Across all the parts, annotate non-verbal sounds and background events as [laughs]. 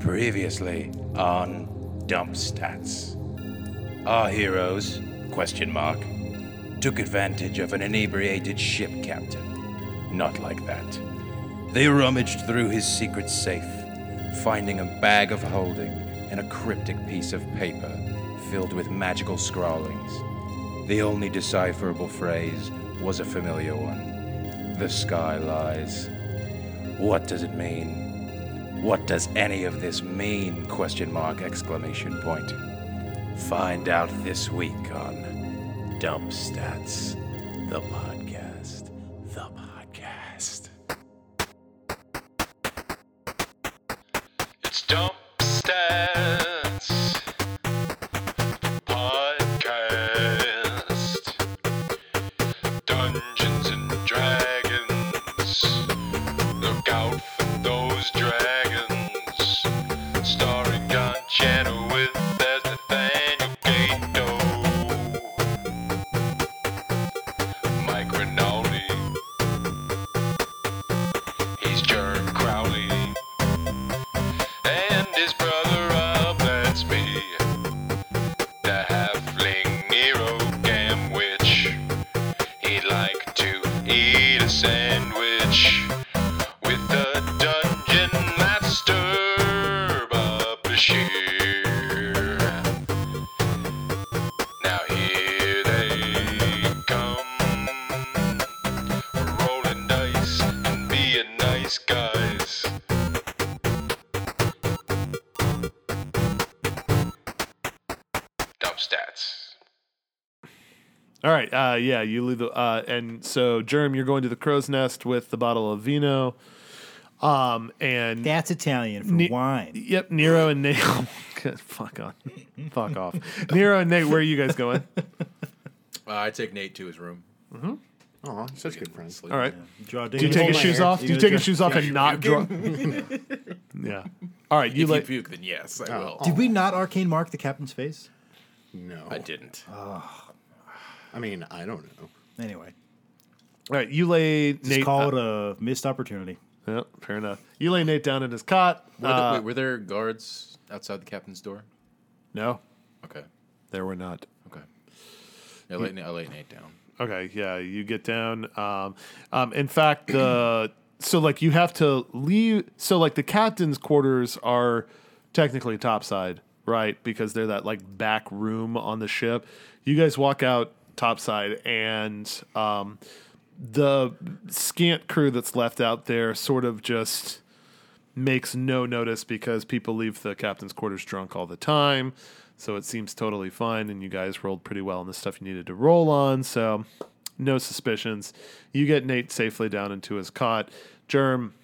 previously on Dump Stats. Our heroes, question mark, took advantage of an inebriated ship captain. Not like that. They rummaged through his secret safe, finding a bag of holding and a cryptic piece of paper filled with magical scrawlings. The only decipherable phrase was a familiar one The sky lies. What does it mean? What does any of this mean? Question mark, exclamation point. Find out this week on Dump Stats, the podcast. The podcast. It's Dump Stats Podcast Dungeons and Dragons. Look out for those dragons. Starring John Channel with as Nathaniel Gato. Mike Rinaldi. He's Jerm Crowley. And his brother Rob, that's me. The halfling hero Gamwich. He'd like to eat a sandwich with the dungeon master, Bob Bashir. Now here they come. We're rolling dice and being nice guys. Dump stats. All right. Uh, yeah, you leave the uh, and so Germ, you're going to the crow's nest with the bottle of vino. Um and That's Italian for Ne- wine. yep, Nero and Nate. [laughs] oh fuck on, fuck off. Nero and Nate, where are you guys going? Uh, I take Nate to his room. Aw, such good friends. All right. Draw Do you take your shoes off? Do you take your shoes off and not draw? [laughs] yeah. All right. You If you like? puke, then yes, I will. Did we not arcane mark the captain's face? No, I didn't. I mean, I don't know. Anyway, All right. You lay just Nate. call uh, it a missed opportunity. yep, fair enough. You lay Nate down in his cot. Were, Uh, the, wait, were there guards outside the captain's door? no, Okay, there were not. okay. I lay, I lay Nate down. Okay, yeah, you get down. Um, um, in fact, the so like you have to leave. So like the captain's quarters are technically topside, right? Because they're that like back room on the ship. You guys walk out topside, and um, the scant crew that's left out there sort of just makes no notice because people leave the captain's quarters drunk all the time. So it seems totally fine, and you guys rolled pretty well on the stuff you needed to roll on. So no suspicions. You get Nate safely down into his cot. Germ,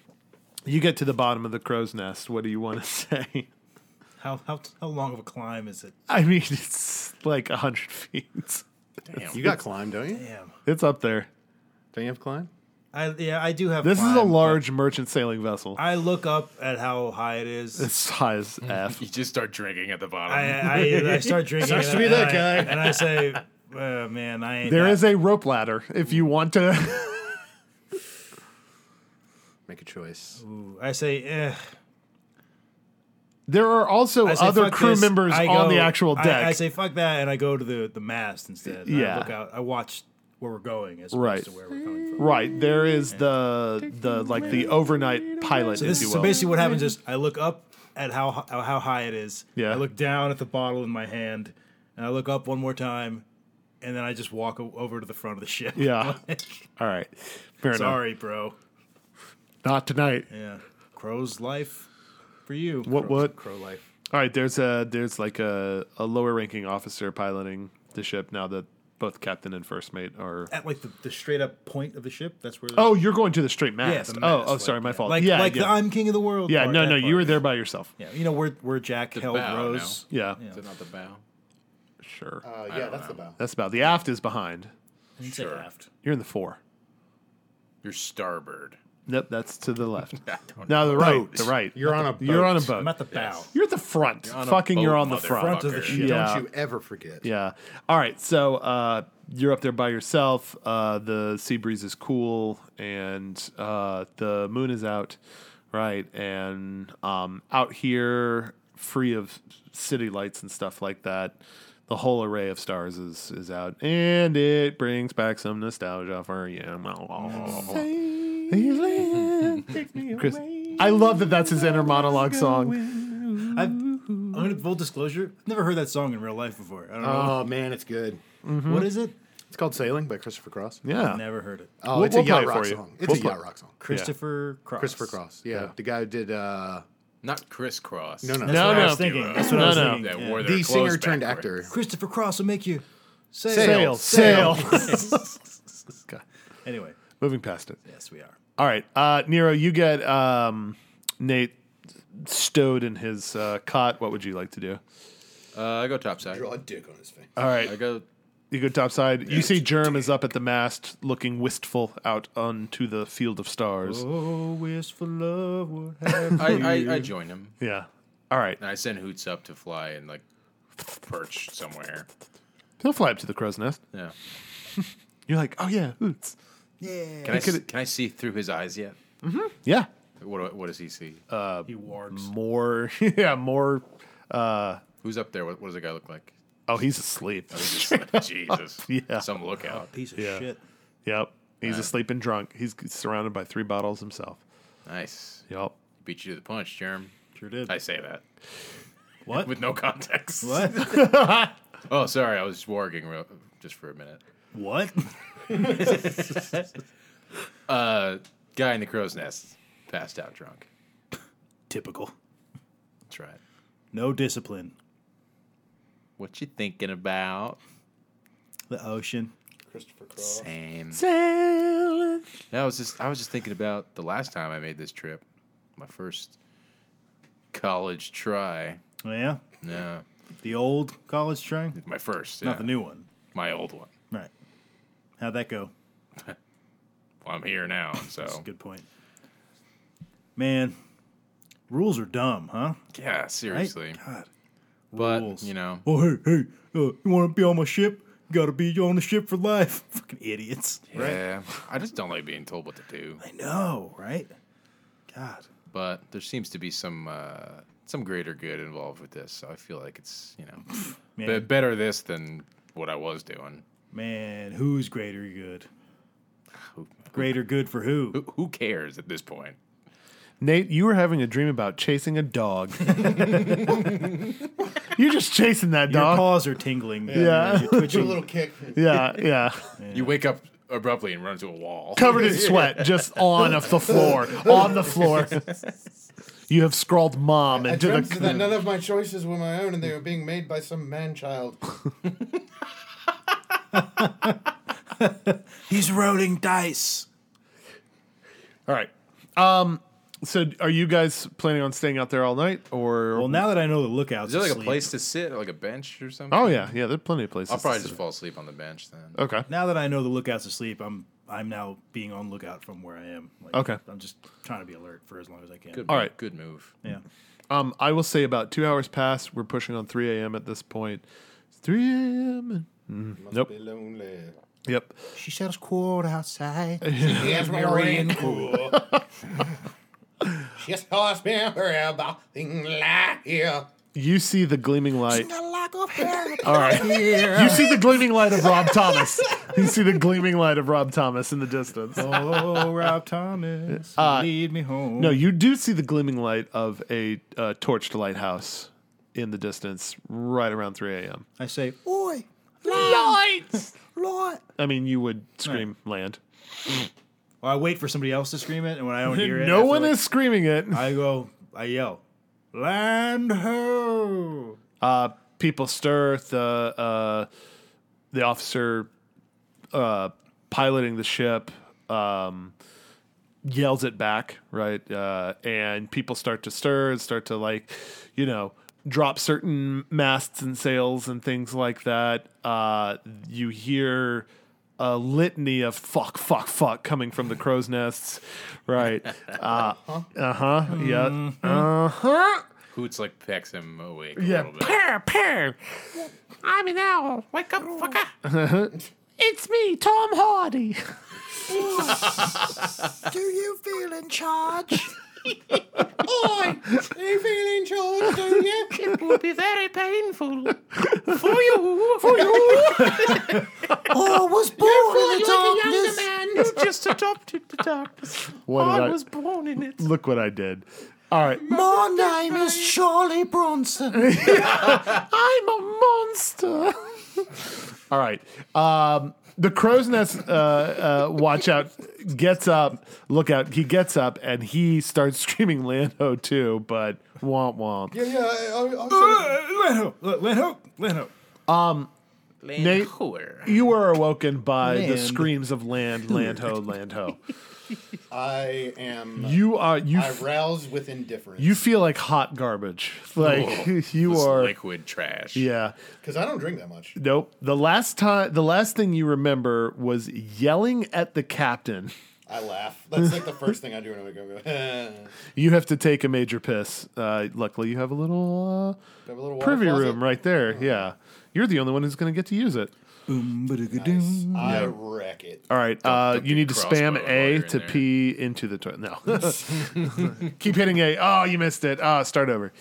you get to the bottom of the crow's nest. What do you want to [laughs] say? How, how how long of a climb is it? I mean, it's like a hundred feet. You got climb, don't you? Damn. It's up there. Don't you have climb? I yeah, I do have. This is a climb, but large merchant sailing vessel. I look up at how high it is. It's high as F. You just start drinking at the bottom. I, I, I start drinking. Sucks and to be I- that I- guy. And I say, oh, man, I ain't. There I- is a rope ladder if you want to. Make a choice. I say, eh. There are also I say, other "Fuck crew this." members I on go- the actual I- deck. I, say fuck that, and I go to the the mast instead. I Yeah. look out. I watch where we're going as opposed Right. to where we're coming from. right, there is the the like the overnight pilot, So, if this, you so will. basically, what happens is I look up at how hi- how how high it is. Yeah. I look down at the bottle in my hand, and I look up one more time, and then I just walk o- over to the front of the ship. [laughs] yeah. All right. Fair Sorry, bro. enough. Not tonight. Yeah. Crow's life for you. What what? Pro life. All right, there's a there's like a, a lower ranking officer piloting the ship now that both captain and first mate are At like the, the straight up point of the ship. That's where. Oh, you're going to the straight yeah, mast. the oh, mast, oh like- sorry, my yeah. fault. Like yeah, like yeah. the I'm king of the world. yeah, part, no, that no, you part. were there by yourself. Yeah, you know where where Jack held bow, Rose. Yeah, Yeah. Is it not the bow? sure. Uh, yeah, that's the bow. That's about the aft is behind. Didn't say aft. You're in the fore. Your starboard. Yep, that's to the left. [laughs] I don't No, the right, the right. You're on a boat. You're on a boat. I'm at the bow. You're at the front. on a Fucking, you're boat, on the Front front. of the motherfucker. ship. Yeah. Don't you ever forget. Yeah. All right. So uh, you're up there by yourself. Uh, the sea breeze is cool, and uh, the moon is out, right? And um, out here, free of city lights and stuff like that, the whole array of stars is is out, and it brings back some nostalgia for you. Chris, I love that that's his inner monologue song. I've, I'm gonna full disclosure. I've never heard that song in real life before. I don't know Oh man, it's good. what Hmm? is it. It's called Sailing by Christopher Cross. Yeah, Never heard it. Oh, We'll- it's we'll a play yacht it rock for you. song. It's We'll a play- yacht rock song. Christopher Cross. Christopher Cross. Yeah, the guy who did uh, Not crisscross. no no, That's what I no. was thinking. That's what I No, was no. thinking. That yeah. wore their the clothes singer turned backward. actor. Christopher Cross will make you say sail, sail. [laughs] Okay. Anyway, Moving past it. yes, we are. All right, uh, Nero, you get um, Nate stowed in his uh, cot. What would you like to do? Uh, I go topside. a dick on his face. All right, I go. You go topside. You see Germ is up at the mast, looking wistful out onto the field of stars. Oh, wistful love would have. [laughs] I, I, I join him. Yeah. All right. And I send Hoots up to fly and like perch somewhere. He'll fly up to the crow's nest. Yeah. You're like, oh yeah, oots. yeah. Can I, could- s- can I see through his eyes yet? Yeah. What, do I- what does he see? Uh, He wargs. More. [laughs] Yeah. More. Who's up there? What, what does the guy look like? Oh, he's asleep. He's [laughs] just- Jesus. Yeah. Some lookout. Piece of Yeah. shit. Yep. He's asleep and drunk. He's surrounded by three bottles himself. Nice. Yep. Beat you to the punch, Germ. Sure did. I say that What? with no context. [laughs] What? Oh, sorry. I was warging real, just for a minute. [laughs] what? Uh, guy in the crow's nest passed out drunk. Typical. That's right. No discipline. What you thinking about? The ocean. Same. Sailing. Yeah, I was just I was just thinking about the last time I made this trip, my first college try. Oh, yeah. Yeah, The old college train, my first, yeah. not the new one. my old one. Right. How'd that go? Well, I'm here [laughs] now, That's so a good point. Man, rules are dumb, huh? yeah, Right? seriously. God. But rules. you know, Oh, hey, hey, uh, you want to be on my ship? Got to be on the ship for life. [laughs] Fucking idiots. yeah, I just don't like being told what to do. I know, right? God. But there seems to be some uh, some greater good involved with this, so I feel like it's [laughs] you know Man, be- better this than what I was doing. man, who's greater good? Greater good for who? Who, who cares at this point? Nate, you were having a dream about chasing a dog. [laughs] You're just chasing that Your dog. paws are tingling. Yeah. [laughs] You're twitching. kick. yeah. Yeah. You wake up abruptly and run into a wall. covered in sweat, just on of the floor, on the floor. You have scrawled mom into the. that none of my choices were my own, and they were being made by some man child. [laughs] He's rolling dice. All right. Um. So, are you guys planning on staying out there all night, or? Well, now that I know the lookouts, Is there like a asleep, place to sit, or like a bench or something? oh yeah, yeah. There's plenty of places. I'll probably to just [laughs] sit. fall asleep on the bench then. Okay. Now that I know the lookouts asleep, I'm I'm now being on lookout from where I am. Like, Okay. I'm just trying to be alert for as long as I can. Good, All right. Good move. Yeah. Um. I will say about two hours pass. We're pushing on 3 a.m. at this point. 3 a.m. and- Nope. be Yep. She said it's cold outside. Yes, Marian cool. [laughs] Just ask me about things like here. You see the gleaming light. All All right. [laughs] You see the gleaming light of Rob Thomas. You see the gleaming light of Rob Thomas in the distance. oh, [laughs] Rob Thomas, lead me home. Uh, No, you do see the gleaming light of a uh, torched lighthouse in the distance, right around 3 a.m. I say, oi, lights, light. I mean, you would scream land. Well, I wait for somebody else to scream it, and when I [laughs] don't hear it, I no feel one like- is screaming it. I go, I yell, land ho. Uh, people stir. The uh, the officer uh, piloting the ship um, yells it back, right? Uh, and people start to stir and start to like, you know, drop certain masts and sails and things like that. Uh, you hear a litany of fuck, fuck, fuck coming from the crow's nests, right? Uh huh. Yeah. Uh huh. Hoots like pecks him awake a Yeah. little bit. Pear, pear. I'm an owl. Wake up, fucker. [laughs] it's me, Tom Hardy. Do you feel in charge? Oi! Are you feeling George, do you? [laughs] It will be very painful for [laughs] you. For you, Oh, I was born in the younger darkness. man. You just adopted the darkness. What did I I- was born in it. Look what I did. All right. My name is Charlie [laughs] Bronson. I'm a monster. [laughs] All right. Um, the crow's nest. Uh, uh, watch out! Gets up. Look out! He gets up and he starts [laughs] screaming Lando too. But womp womp. yeah, yeah. I, I, I Uh, Let Uh. hope. Let hope. Let hope. Nate, [laughs] you were awoken by the Land. screams of land, land ho, land ho. I am. You are you. I f- rouse with indifference. you feel like [laughs] hot garbage. Like [laughs] you This are. liquid trash. yeah. because I don't drink that much. Nope. The last time, the last thing you remember was yelling at the captain. I laugh. That's like the first thing I do when I wake up. [laughs] I go, You have to take a major piss. Uh, luckily, you have a little Have a little uh, water privy closet. Oh. room right there. Yeah, you're the only one who's going to get to use it. Nice. I wreck it. All right, uh, don't you do need to crossbow spam A water in to there. pee into the toilet. No, [laughs] keep hitting A. Oh, you missed it. Ah, start over.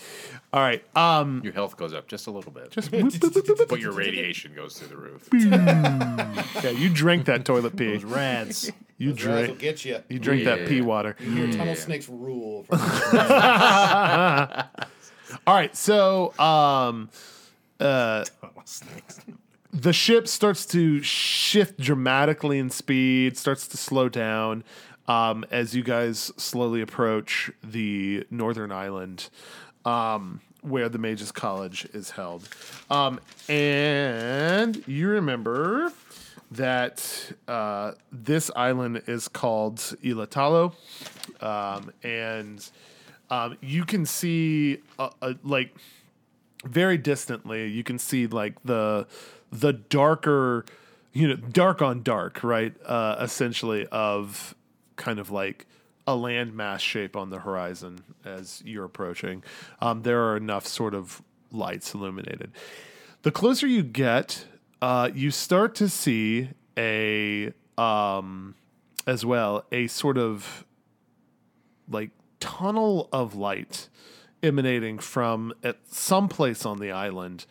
All right. Um, Your health goes up just a little bit, just whoop, boop, boop, boop, boop. but [laughs] your radiation goes through the roof. yeah, you drink that toilet pee. [laughs] Rads. You Those rats will drink. get you. You drink that Yeah. pee water. Your tunnel snakes rule. All right, so um, the ship starts to shift dramatically in speed, starts to slow down um, as you guys slowly approach the northern island um, where the Mages College is held. Um, and you remember that uh, this island is called Ilatalo, um, and um, you can see uh, uh, like very distantly you can see like the the darker you know dark on dark right uh essentially of kind of like a landmass shape on the horizon as you're approaching um there are enough sort of lights illuminated the closer you get uh you start to see a um as well a sort of like tunnel of light emanating from at some place on the island,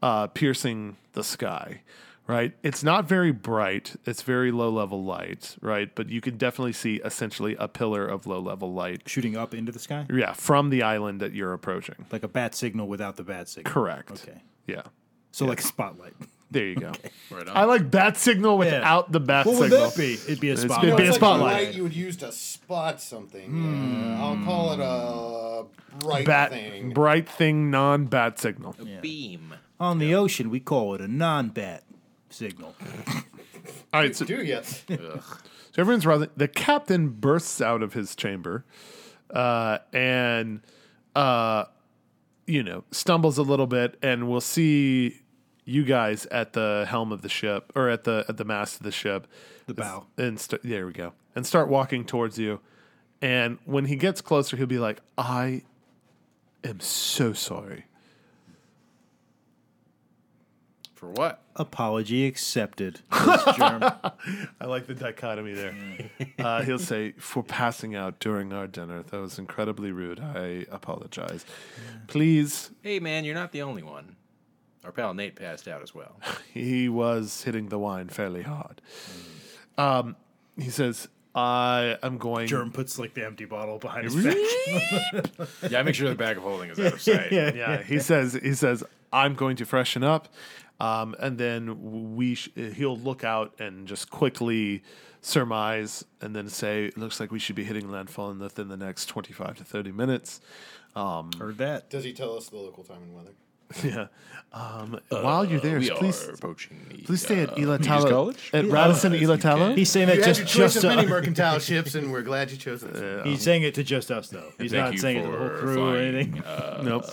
uh, piercing the sky. Right, it's not very bright. It's very low level light, right? But you can definitely see essentially a pillar of low level light. Shooting up into the sky Yeah, from the island that you're approaching. like a bat signal without the bat signal. Correct. Okay. Yeah. So like a [laughs] spotlight. There you go. Right I on. like bat signal without the bat What would signal. that be? It'd be a gonna spotlight. be a it's spotlight. Like the light you would use to spot something. Yeah, I'll call it a bright Bat thing. bright thing, non bat signal. Beam. On the ocean, we call it a non-bat signal. All right, so do you? So everyone's around. The captain bursts out of his chamber, uh, and uh, you know stumbles a little bit, and we'll see you guys at the helm of the ship or at the at the mast of the ship, The bow. and st- there we go, and start walking towards you. And when he gets closer, he'll be like, "I am so sorry." For what? Apology [laughs] accepted. Miss Germ. I like the dichotomy there. uh, he'll say, "For passing out during our dinner, that was incredibly rude. I apologize. Please." Hey, man, you're not the only one. Our pal Nate passed out as well. He was hitting the wine fairly hard. Um, he says, "I am going." Germ puts like the empty bottle behind his back. Yeah, I make sure the bag of holding is out [laughs] of sight. [laughs] Yeah, he says. He says, "I'm going to freshen up, um, and then we." Sh- he'll look out and just quickly surmise, and then say, "It looks like we should be hitting landfall in the- within the next 25 to 30 minutes." [laughs] Heard that. Does he tell us the local time and weather? Yeah. Um, while you're there, We please are approaching the. uh, please stay at Peters Elatalo College? at Radisson Elatalo. He's saying that You just had your choice just of many uh, to, mercantile ships, and we're glad you chose [laughs] this. one. he's saying it to just us though. He's Thank not you saying it to the whole for crew or flying, [laughs] uh, anything. nope.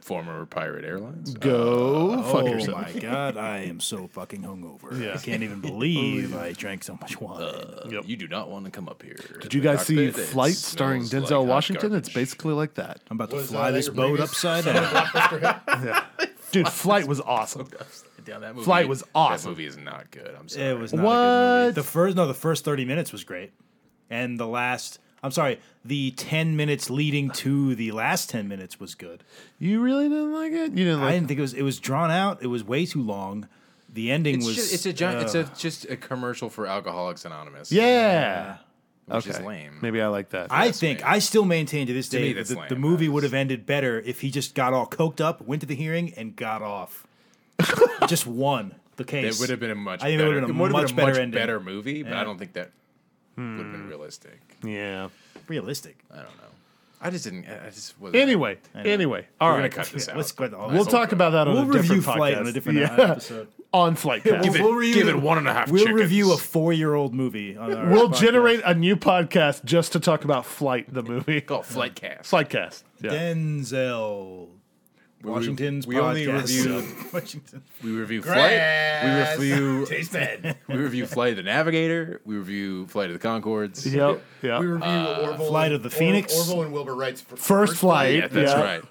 Former Pirate Airlines. Go fuck oh yourself. my god, I am so fucking hungover. Yeah. I can't [laughs] even believe I drank so much wine. Yep. Uh, You do not want to come up here. Did you guys see Flight starring Denzel Washington? It's basically like that. I'm about to Was, uh, fly that this your boat previous- upside down. [laughs] [laughs] Dude, Flight was [laughs] awesome. Damn, that movie, Flight was That awesome. movie is not good. I'm sorry. it was not a good movie. What? The first no, the first thirty minutes was great, and the last I'm sorry, the 10 minutes leading to the last 10 minutes was good. You really didn't like it. You didn't I like. didn't think it was it was drawn out. It was way too long. The ending It's was just, it's a giant, it's uh, a just a commercial for Alcoholics Anonymous. yeah. which okay. is lame. Maybe I like that. I think I still maintain to this me, day that that's the, lame. the movie would have ended better if he just got all coked up, went to the hearing, and [laughs] got off. just won the case. It would have been a much I think it better, would've been a would've much better ending. Hmm. better movie, but I don't think that would have been realistic. yeah. realistic. I don't know. I just didn't. I just wasn't. Anyway. Anyway. All we're gonna right. cut this out. Let's go. We'll talk about that on We'll a different review podcast. Flight on a different Yeah. episode. [laughs] on flight. Path. give it, We'll review give the- it one and a half. We'll chickens. review a four-year-old movie. On our We'll podcast. generate a new podcast just to talk about Flight, the movie. Call it flight cast. Flightcast. Yeah. Denzel Washington's we only podcast. review- [laughs] [laughs] Washington. We review flight. We review. [laughs] Taste bad. [laughs] we review flight of the Navigator. We review flight of the Concords. Yep. Yeah. We review Uh, Orville Flight of the Or- Phoenix. Orville and Wilbur Wright's fir- First flight. Yeah, that's right.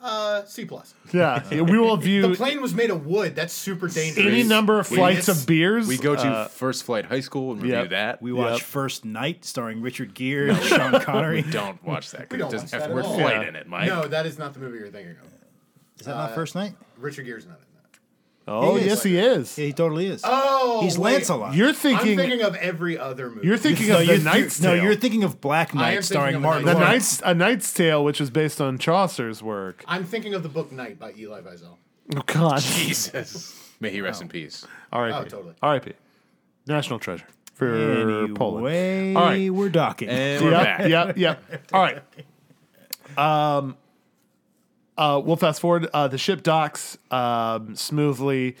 Uh, C plus. [laughs] Yeah. Yeah, We will The view plane was made of wood. That's super dangerous. any number of We- flights of beers. We go to Uh, first flight high school and review yeah. that. We watch Yep. First Night, starring Richard Gere and [laughs] Sean Connery. don't watch that We because it don't doesn't watch have that the at word all. flight Yeah. in it, Mike. No, that is not the movie you're thinking of. Is that not First Night? Richard Gere's not in that. oh, He is. yes, he is. Yeah, he totally is. Oh, He's wait. Lancelot. You're I'm thinking. thinking of every other movie. [laughs] you're thinking no, of the you're, Knight's no, Tale. you're thinking of Black am Knight, starring thinking of Martin. The the Knight. Lawrence. Knight's a Knight's Tale, which is based on Chaucer's work. I'm thinking of the book Night by Eli Wiesel. Oh God. Jesus. May he rest in peace. R.I.P. Oh, totally. R.I.P. National treasure for Anyway, Poland. All right. we're docking. And we're yep, back. Yep, yep. All right. Um, uh, we'll fast forward. Uh, the ship docks um, smoothly.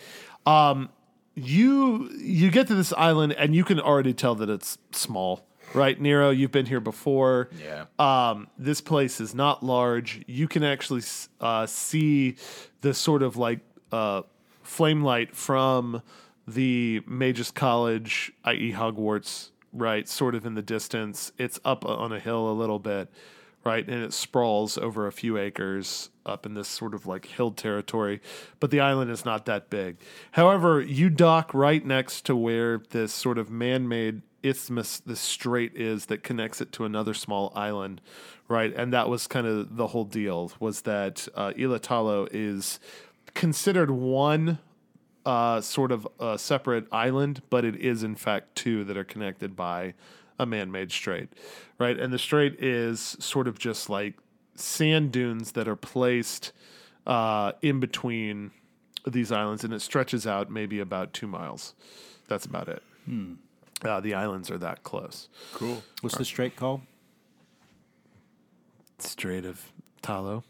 Um, you you get to this island and you can already tell that it's small, right? Nero, you've been here before. Yeah. Um, this place is not large. You can actually s- uh, see the sort of like uh, flame light from the Magus College, i.e., Hogwarts, right? Sort of in the distance. It's up uh, on a hill a little bit, right? And it sprawls over a few acres up in this sort of like hill territory. But the island is not that big. However, you dock right next to where this sort of man made isthmus the strait is that connects it to another small island right and that was kind of the whole deal was that uh, ilatalo is considered one uh, sort of uh, separate island but it is in fact two that are connected by a man-made strait right and the strait is sort of just like sand dunes that are placed uh, in between these islands and it stretches out maybe about two miles that's about it uh, the islands are that close. What's the straight call? Strait of Talo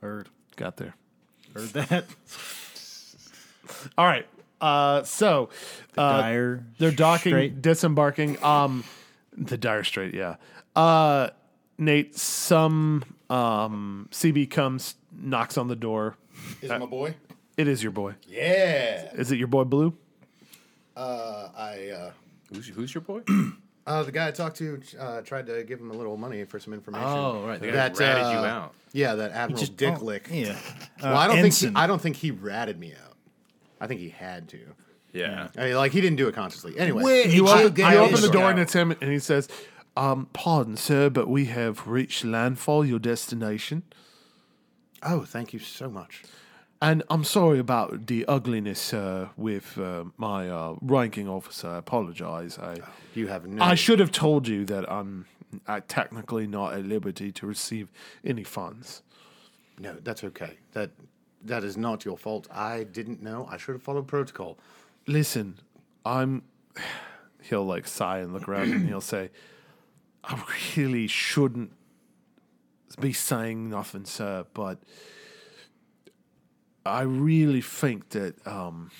Heard. got there. [laughs] Heard that. All right. Uh, so uh, Dire. they're docking, Strait. disembarking. Um, the Dire Strait, yeah. Uh, Nate, some um, CB comes, knocks on the door. Is Uh, my boy? It is your boy. Yeah. Is it your boy Blue? Uh, I uh, Who's, who's your boy? uh, the guy I talked to uh, tried to give him a little money for some information. Oh, right. The guy That that ratted uh, you out. Yeah, that Admiral Just oh, Dicklick. [laughs] Yeah. uh, well, I don't Ensign. think he, I don't think he ratted me out. I think he had to. Yeah. I mean, like he didn't do it consciously. Anyway, You I- open, I open is the door right. and it's him, and he says, um, "Pardon, sir, but we have reached landfall, your destination." oh, thank you so much. And I'm sorry about the ugliness uh, with uh, my uh, ranking officer. I apologize. I, You have no. I should have told you that I'm uh, technically not at liberty to receive any funds. No, that's okay. That that is not your fault. I didn't know. I should have followed protocol. Listen, I'm. He'll like sigh and look around and he'll say, I really shouldn't be saying nothing, sir, but I really think that um,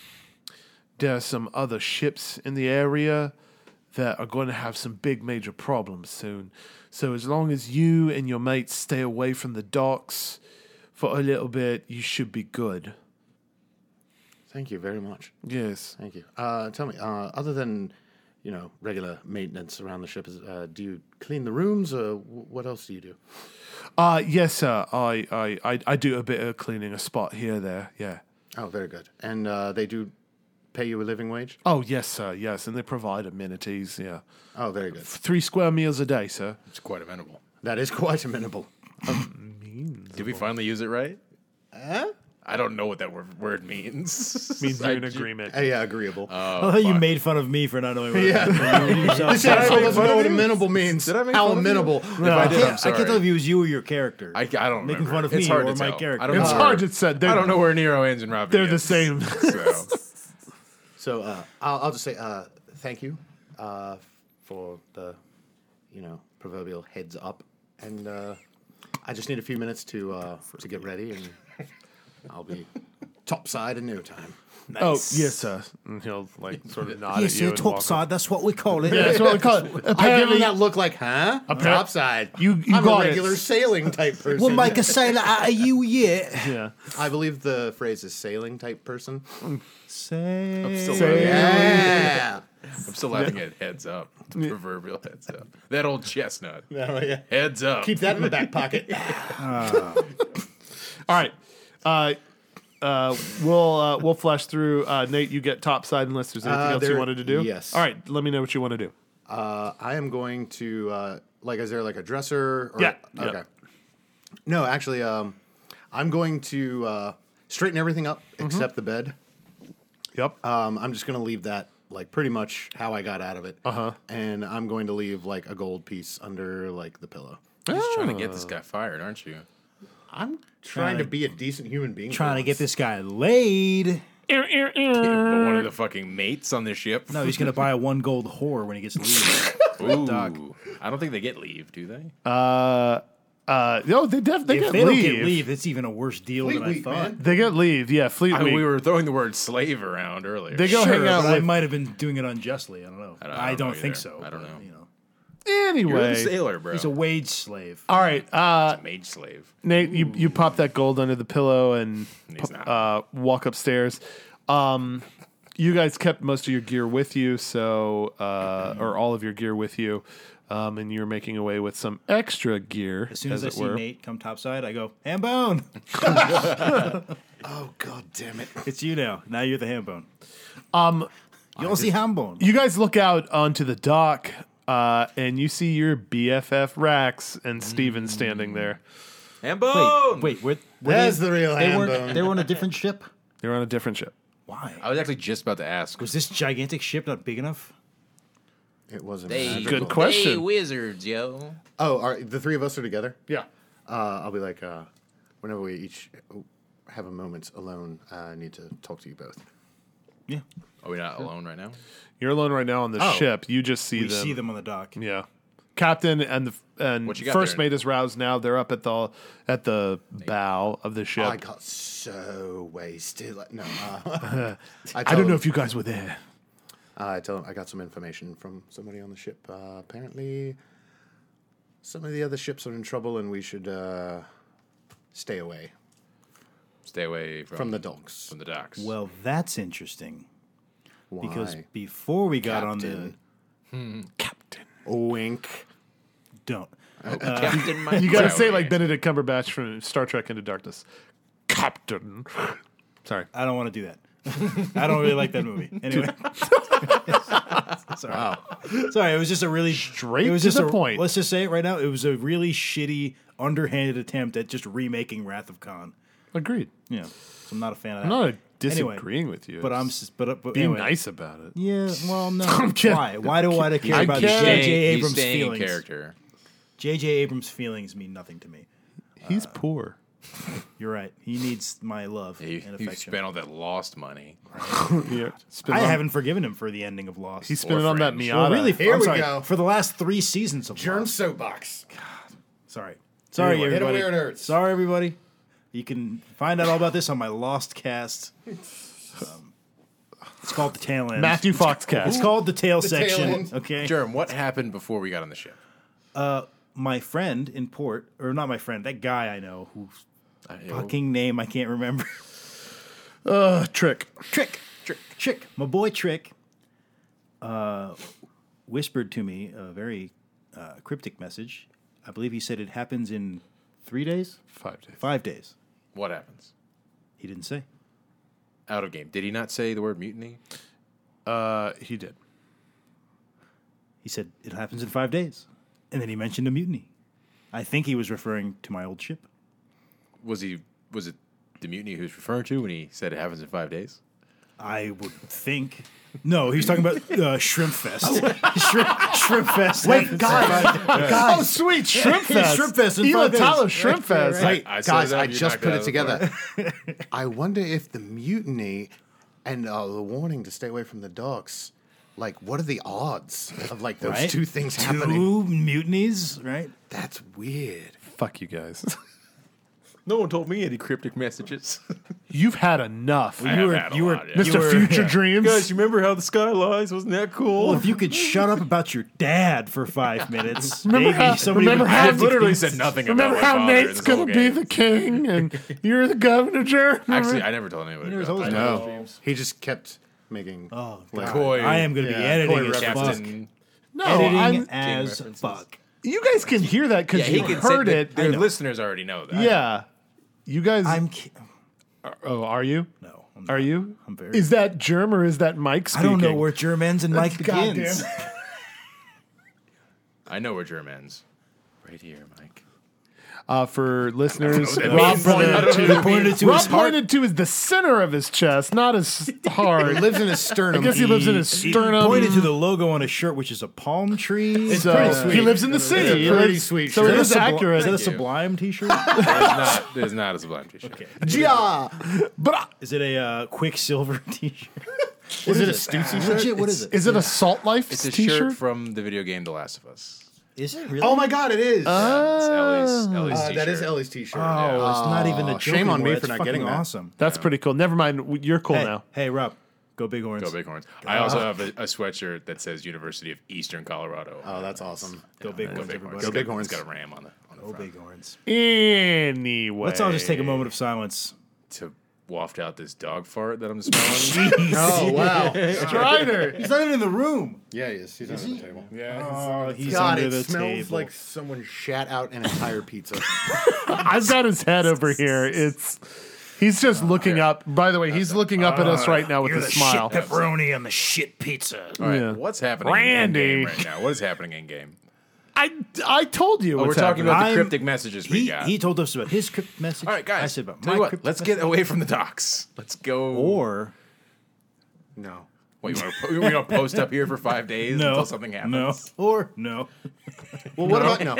there are some other ships in the area that are going to have some big major problems soon. So as long as you and your mates stay away from the docks for a little bit, you should be good. Thank you very much. Yes. Thank you. Uh, tell me, uh, other than you know regular maintenance around the ship, is, uh, do you clean the rooms, or wh- what else do you do? Uh yes, sir. I, I, I, I do a bit of cleaning a spot here there. Yeah. Oh, very good. And uh, they do pay you a living wage? Oh, yes, sir. Yes. And they provide amenities. Yeah. Oh, very good. Three square meals a day, sir. It's quite amenable. That is quite amenable. Did we finally use it right? Huh? I don't know what that word, word means. [laughs] Means I you're in ju- agreement. Uh, yeah, agreeable. I love how you made fun of me for not [laughs] knowing what yeah. [laughs] this asshole doesn't know what amenable means. Did I make How fun of you? amenable. If I I, did, can't, I'm I sorry. can't tell if it was you or your character. I, I don't Making remember. fun of it's me hard or to my tell. character. I don't it's know hard where- to say. They're, I don't know where Nero ends and Robbie. they're the ends, [laughs] same. So. So uh, I'll, I'll just say uh, thank you uh, for the, you know, proverbial heads up, and uh, I just need a few minutes to uh, to get ready, and I'll be topside in no time. Oh, yes, sir. And he'll like sort of nod yes, at you. you and walk topside. That's what we call it. away. Yeah, that's what we call it. I give him Apparently, that look like, huh? topside. You- you I'm got a it. regular sailing type person. We'll make a sailor out of you [laughs] yet. yeah. I believe the phrase is sailing type person. I'm still, laughing. Yeah. I'm [laughs] still laughing at heads up. The proverbial heads up. That old chestnut. Oh, yeah. Heads up. Keep that in the back pocket. All right. Uh, uh, we'll uh, we'll flash through. Uh, Nate, you get topside unless there's anything Uh, else you there- wanted to do. yes. All right. Let me know what you want to do. Uh, I am going to uh, like. Is there like a dresser? Or, Yeah, yeah. Okay. No, actually, um, I'm going to uh, straighten everything up except the bed. Yep. Um, I'm just going to leave that like pretty much how I got out of it. Uh huh. And I'm going to leave like a gold piece under like the pillow. You're just trying to get this guy fired, aren't [laughs] you? I'm trying to be a decent human being. for Trying to get once. this guy laid. But one of the fucking mates on the ship. [laughs] No, he's gonna buy a one gold whore when he gets leave. Ooh. I don't think they get leave, do they? uh, no, they def- they if get they leave. don't get leave, it's even a worse deal Fleet than I Week, thought. man. They get leave. Yeah, Fleet I mean, Week. we were throwing the word slave around earlier. they go Sure, hang out but I with might have been doing it unjustly. I don't know. I don't- don't, I don't know think either. so. I don't but, know. You know, You're anyway. the sailor, bro. he's a wage slave. All right, uh, mage slave. Nate, you, you pop that gold under the pillow and And he's not. uh, walk upstairs. Um, you guys kept most of your gear with you, so uh, or all of your gear with you, um, and you're making away with some extra gear, As soon as, it I see were. Nate come topside, I go ham bone. [laughs] Oh god damn it! It's you now. Now you're the ham bone. Um, you don't see ham bone. You guys look out onto the dock, uh, and you see your BFF Rax and Steven Mm. standing there. Hambone! Wait, where, where That's they- the real they ham weren't- bone. They were on a different ship. They're on a different ship. I [laughs] Why? was actually just about to ask. Was this gigantic ship not big enough? It wasn't Good question. wizards, yo. Oh, are, the three of us are together. Yeah. Uh, I'll be like, uh, whenever we each have a moment alone, I need to talk to you both. Yeah, Are we not alone right now? You're alone right now on the Oh. ship. You just see we them. see them on the dock. Yeah. Captain and the and What you got first there? mate is roused now. They're up at the at the bow of the ship. I got so wasted. Like, no, uh, [laughs] [laughs] I, I tell don't know him- if you guys were there. I tell him I got some information from somebody on the ship. Uh, apparently, some of the other ships are in trouble, and we should uh, stay away Stay away from, from the docks. from the docks. Well, that's interesting Why? because before we got on the Captain. wink. don't. Oh, Captain Mike uh, [laughs] You got to Crowley. say it like Benedict Cumberbatch from Star Trek Into Darkness, Captain. Sorry. I don't want to do that. [laughs] I don't really like that [laughs] movie. Anyway. [laughs] Sorry. Sorry, it was just a really Straight it was to just the a, point. Let's just say it right now. It was a really shitty, underhanded attempt at just remaking Wrath of Khan. Agreed. Yeah, so I'm not a fan of that. I'm not Anyway, disagreeing with you. but I'm Just s- but, uh, but be anyway. nice about it. Yeah, well, [laughs] no. kidding. Why? Why do I care I'm about kidding. J.J. Staying- he's Abrams' staying in feelings? character. J.J. Abrams' feelings mean nothing to me. Uh, He's poor. You're right. He needs my love You, and you affection. spent all that lost [laughs] money. Yeah. I haven't forgiven him for the ending of Lost. He's spinning on that Friends. Miata. Well, really, Here I'm we sorry, go. for the last three seasons of Germ Lost. soapbox. Sorry, sorry Hit 'em everybody. where it hurts. Sorry everybody. You can find out all about this on my Lost [laughs] cast. Um, it's called the tail end. Matthew It's Foxcast. called the tail tail section. end. Okay. Jerem, what happened before we got on the ship? My friend in port, or not my friend, that guy I know whose I- fucking name I can't remember. [laughs] Uh, trick. Trick, Trick, Trick, my boy Trick, uh, whispered to me a very uh, cryptic message. I believe he said it happens in three days, Five days. five days. What happens? He didn't say. Out of game. Did he not say the word mutiny? Uh, he did. He said, It happens in five days. And then he mentioned a mutiny. I think he was referring to my old ship. Was he? Was it the mutiny he was referring to when he said it happens in five days? I would think. No, he was talking about uh, Shrimp Fest. [laughs] [laughs] shrimp, shrimp Fest. Wait, guys, Oh, guys, sweet shrimp fest! Shrimp Fest in Elon five days. Tyler shrimp fest. wait, I said guys! that, I you're just not put gonna it together. [laughs] I wonder if the mutiny and uh, the warning to stay away from the docks. Like, what are the odds of like those Right? two things happening? Two mutinies, right? That's weird. Fuck you guys. [laughs] No one told me any cryptic [laughs] messages. You've had enough, I have had a lot, yeah. Mr. you [laughs] were- Future yeah. Dreams. Guys, you remember how the sky lies? Wasn't that cool? Well, if you could shut up about your dad for five minutes, [laughs] remember maybe how, somebody remember would- how I've literally said nothing about Remember my how father in Nate's this whole gonna be game. the [laughs] king and you're the governor, Jer? Actually, I never told anybody. About that. No, he just kept making. Oh, like, Coy, I am going to be Yeah, editing Coy as fuck. Captain. no, editing I'm, as fuck. you guys can hear that because you can heard say- it. Their listeners already know that. Yeah, you guys. I'm ki- oh, are you? no. I'm Are not. you? I'm very- Is that Germ or is that Mike I speaking? don't know where Germ ends and Mike Goddamn. begins. [laughs] I know where Germ ends. Right here, Mike. Uh, for listeners, that [laughs] Rob means. I pointed don't know to, what that means. Rob pointed to is the center of his chest, [laughs] not his heart. He lives in his sternum. I guess he lives in his He sternum. pointed to the logo on his shirt, which is a palm tree. so he lives in the city. He pretty lives- sweet So shirt. it is Is that a subli- accurate. Is that a Sublime T-shirt? There's not, there's not a sublime t-shirt. Yeah. But is it a uh, Quicksilver [laughs] T-shirt? Is it a Stussy shirt? What is it? is it a Salt Life It's a t-shirt? shirt from the video game The Last of Us. Is it really? Oh my God! It is. Yeah, it's Ellie's, Ellie's Uh, that t-shirt. is Ellie's T-shirt. Uh, Oh, it's not even a Oh, joke shame on me anymore. for It's not getting fucking that. awesome. That's pretty cool. Never mind. w- You're cool hey, now. hey, Rob, go Big Horns. Go Bighorns. I also have a, a sweatshirt that says University of Eastern Colorado. Oh, that's awesome. Go Oh. Big Horns, everybody. Go It's got- Bighorns. It's got a ram on the, on the Go front. Big Horns. Anyway, Let's all just take a moment of silence. To waft out this dog fart that I'm smelling. Oh wow! [laughs] Strider. He's not even in the room. yeah, he is. He's under the table. Oh, he's God, under it the smells table. like someone shat out an entire [laughs] pizza. I've got his head over here. It's he's just looking up. By the way, he's looking up at us right now with a smile. pepperoni on the shit pizza. All right, Yeah. what's happening in Randy. game right now? What is happening in game? I I told you. Oh, we're what's talking happening. about I'm- the cryptic messages we He, got. he told us about his crypt message. All right, guys. I said about tell my you what, crypt let's message. get away from the docks. Let's go. or no. Wait, we're going to post up here for five days no until something happens. No, or no. Well, what about no?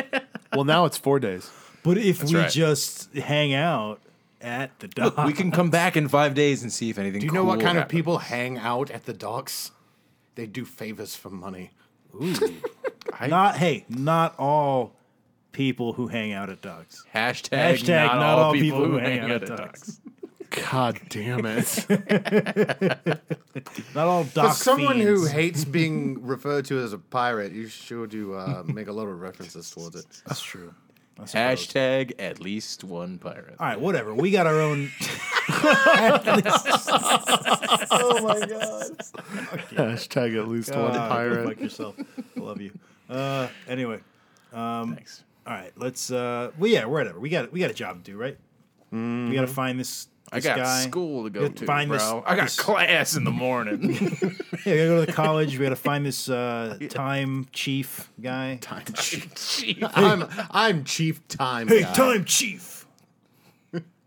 Well, now it's four days. But if we right. just hang out at the dock, We can come back in five days and see if anything. Do you know what kind of people hang out at the docks? They do favors for money. not hey, not all people who hang out at docks. Hashtag, not, all, people, who hang out at docks. God damn it. [laughs] [laughs] Not all For dock someone who fiends. hates [laughs] being referred to as a pirate, you sure do uh, make a lot of references [laughs] towards it. that's true. Hashtag at least one pirate. All right, whatever. We got [laughs] our own. oh my god! Hashtag at least one pirate. Fuck yourself. I love you. Uh, anyway, Thanks. all right. Let's. Uh, well, yeah, whatever. We got we got a job to do, right? We got to find this. I this got guy. school to We go gotta to, find bro. this- I got this- class in the morning. [laughs] Yeah, we gotta go to the college. We gotta find this uh, time chief guy. I'm chief. I'm, I'm chief time. guy. chief.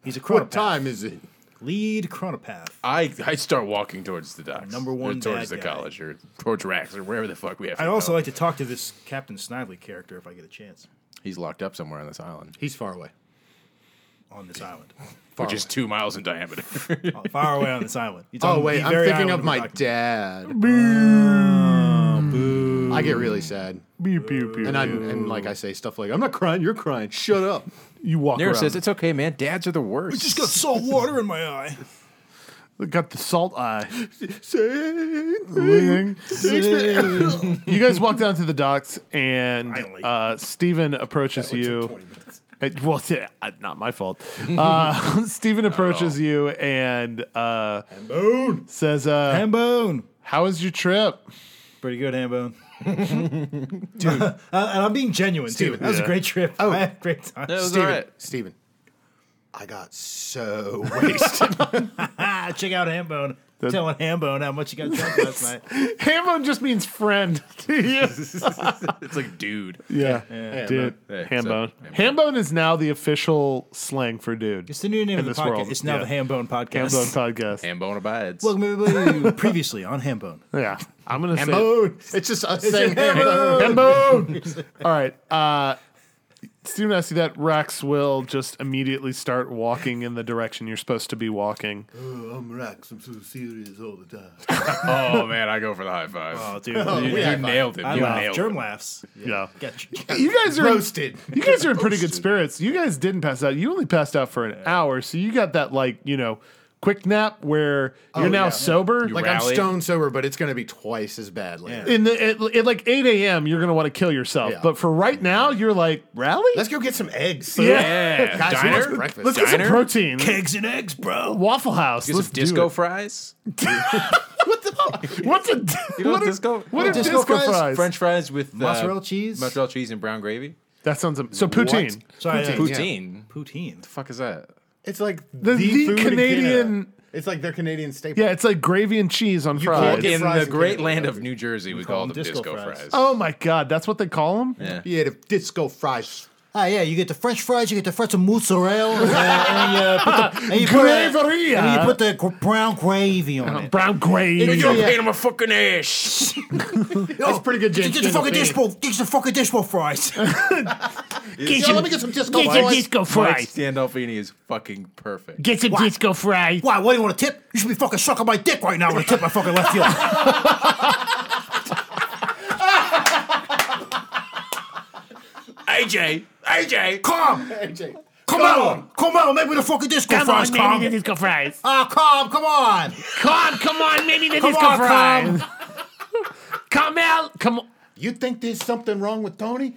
He's a chronopath. What time is it? Lead chronopath. I I start walking towards the docks. number one Or towards bad the guy. college or towards Rax or wherever the fuck we have. I'd to also go. like to talk to this Captain Snidely character if I get a chance he's locked up somewhere on this island, He's far away. on this island, which is two miles in diameter. [laughs] Oh, far away on this island. It's on Oh the wait, I'm very thinking island of we're my talking dad. I get really sad, Pew, pew, pew. and I and like I say stuff like, "I'm not crying, you're crying. Shut up." You walk Nera around. says it's Um, okay, man. Dads are the worst. about. Just got salt water in my eye. Got the salt eye. Sing. you guys walk down to the docks, and I like- uh, Stephen approaches you. It- well, [laughs] it's, uh, not my fault. Uh, [laughs] Stephen approaches you and uh, says, uh, Hambone. "How was your trip?" Pretty good, [laughs] Hambone. Dude, uh, and I'm being genuine too. That was a great trip. I had a great time. That was all Steven, right. Steven, I got so [laughs] wasted. Ah, check out Hambone. That- telling Hambone how much you got drunk last night. Hambone just means friend [laughs] to you. it's like dude. Yeah. Dude. Hey, what's Hambone. up? Hambone is now the official slang for dude. It's the new name In of this the podcast. world, It's now yeah. the Hambone podcast. Hambone [laughs] podcast. Hambone abides. Welcome everybody. Previously on Hambone. Oh, Yeah. I'm going to say. Hambone. It's just us [laughs] saying Hambone. Hambone. All right. Uh, soon as I see that, Rex will just immediately start walking in the direction you're supposed to be walking. I'm Rex. I'm so serious all the [laughs] time. [laughs] oh man, I go for the high five. Oh, dude. you we you high five. nailed it. I you laugh. nailed Germ it. laughs. Yeah. Got you. You guys are Roasted. You guys are in pretty good spirits. You guys didn't pass out. You only passed out for an hour, so you got that like you know quick nap where you're now yeah. sober. You Like I'm rallied. stone sober, but it's going to be twice as bad later. in the at, at like 8 a.m. you're gonna want to kill yourself. Yeah. But for right now, you're like rally. Let's go get some eggs. yeah. [laughs] Yeah, Guys, who wants diner. breakfast? Let's get some Diner? protein. Eggs and eggs, bro. Waffle House. Get Let's some do disco it. fries. what the fuck? What's a [laughs] You know what are- disco? What are disco, fries? French fries with uh, Mozzarella cheese? mozzarella cheese, and brown gravy. That sounds am- so poutine. Sorry, uh, Poutine. The poutine. fuck is that? It's like The- the food in Canadian- Canada. It's like their Canadian staple. Yeah, it's like gravy and cheese on can't fries. get In fries the and great potato land of fries. New Jersey, we call them disco, fries. oh my god, that's what they call them. Yeah. Yeah, the disco fries. Ah, yeah, you get the French fries, you get the French mozzarella, uh, [laughs] and, you, uh, put the, and, you put, Graveria. and you put the gr- brown gravy on it. Brown gravy. You're Yeah. paying him a fucking ass. [laughs] That's pretty good, James. Oh, Get the fucking dish bowl. Get the fucking dish bowl fries. Yo, let me get some disco Get your fries. disco Mike fries. Gandolfini is fucking perfect. Get some disco fries. Why? Why do you want a tip? You should be fucking sucking my dick right now with a tip I fucking left you. AJ, AJ, Calm. AJ. Come on. Come on. Make me the fucking disco Come fries, on, calm. maybe the disco fries. Uh, Ah, calm. Come on. Come, come on, maybe the Come disco on, fries. [laughs] calm. Come out. Come on. You think there's something wrong with Tony?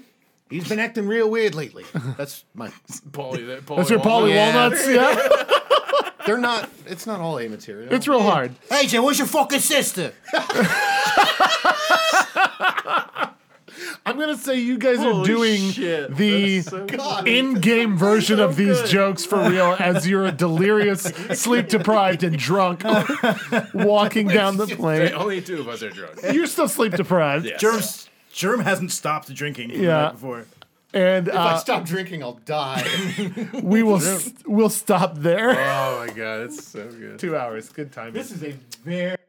He's been acting real weird [laughs] lately. That's my. Paulie, [laughs] that Paulie That's your Walnut. Polly Yeah. Walnuts. Yeah, They're not. It's not all A material. it's real hard. AJ, where's your fucking sister? I'm gonna say you guys are Holy doing shit, the in-game version of these jokes for real as you're a delirious, sleep-deprived, and drunk walking down the Hey, plane. only two of us are drunk. You're still sleep-deprived, Germ's, Germ hasn't stopped drinking. from the Yeah. night before. and If I uh, stop drinking, I'll die. [laughs] we will s- we'll stop there. Oh my god, it's so good. [laughs] Two hours, good timing. this is a very.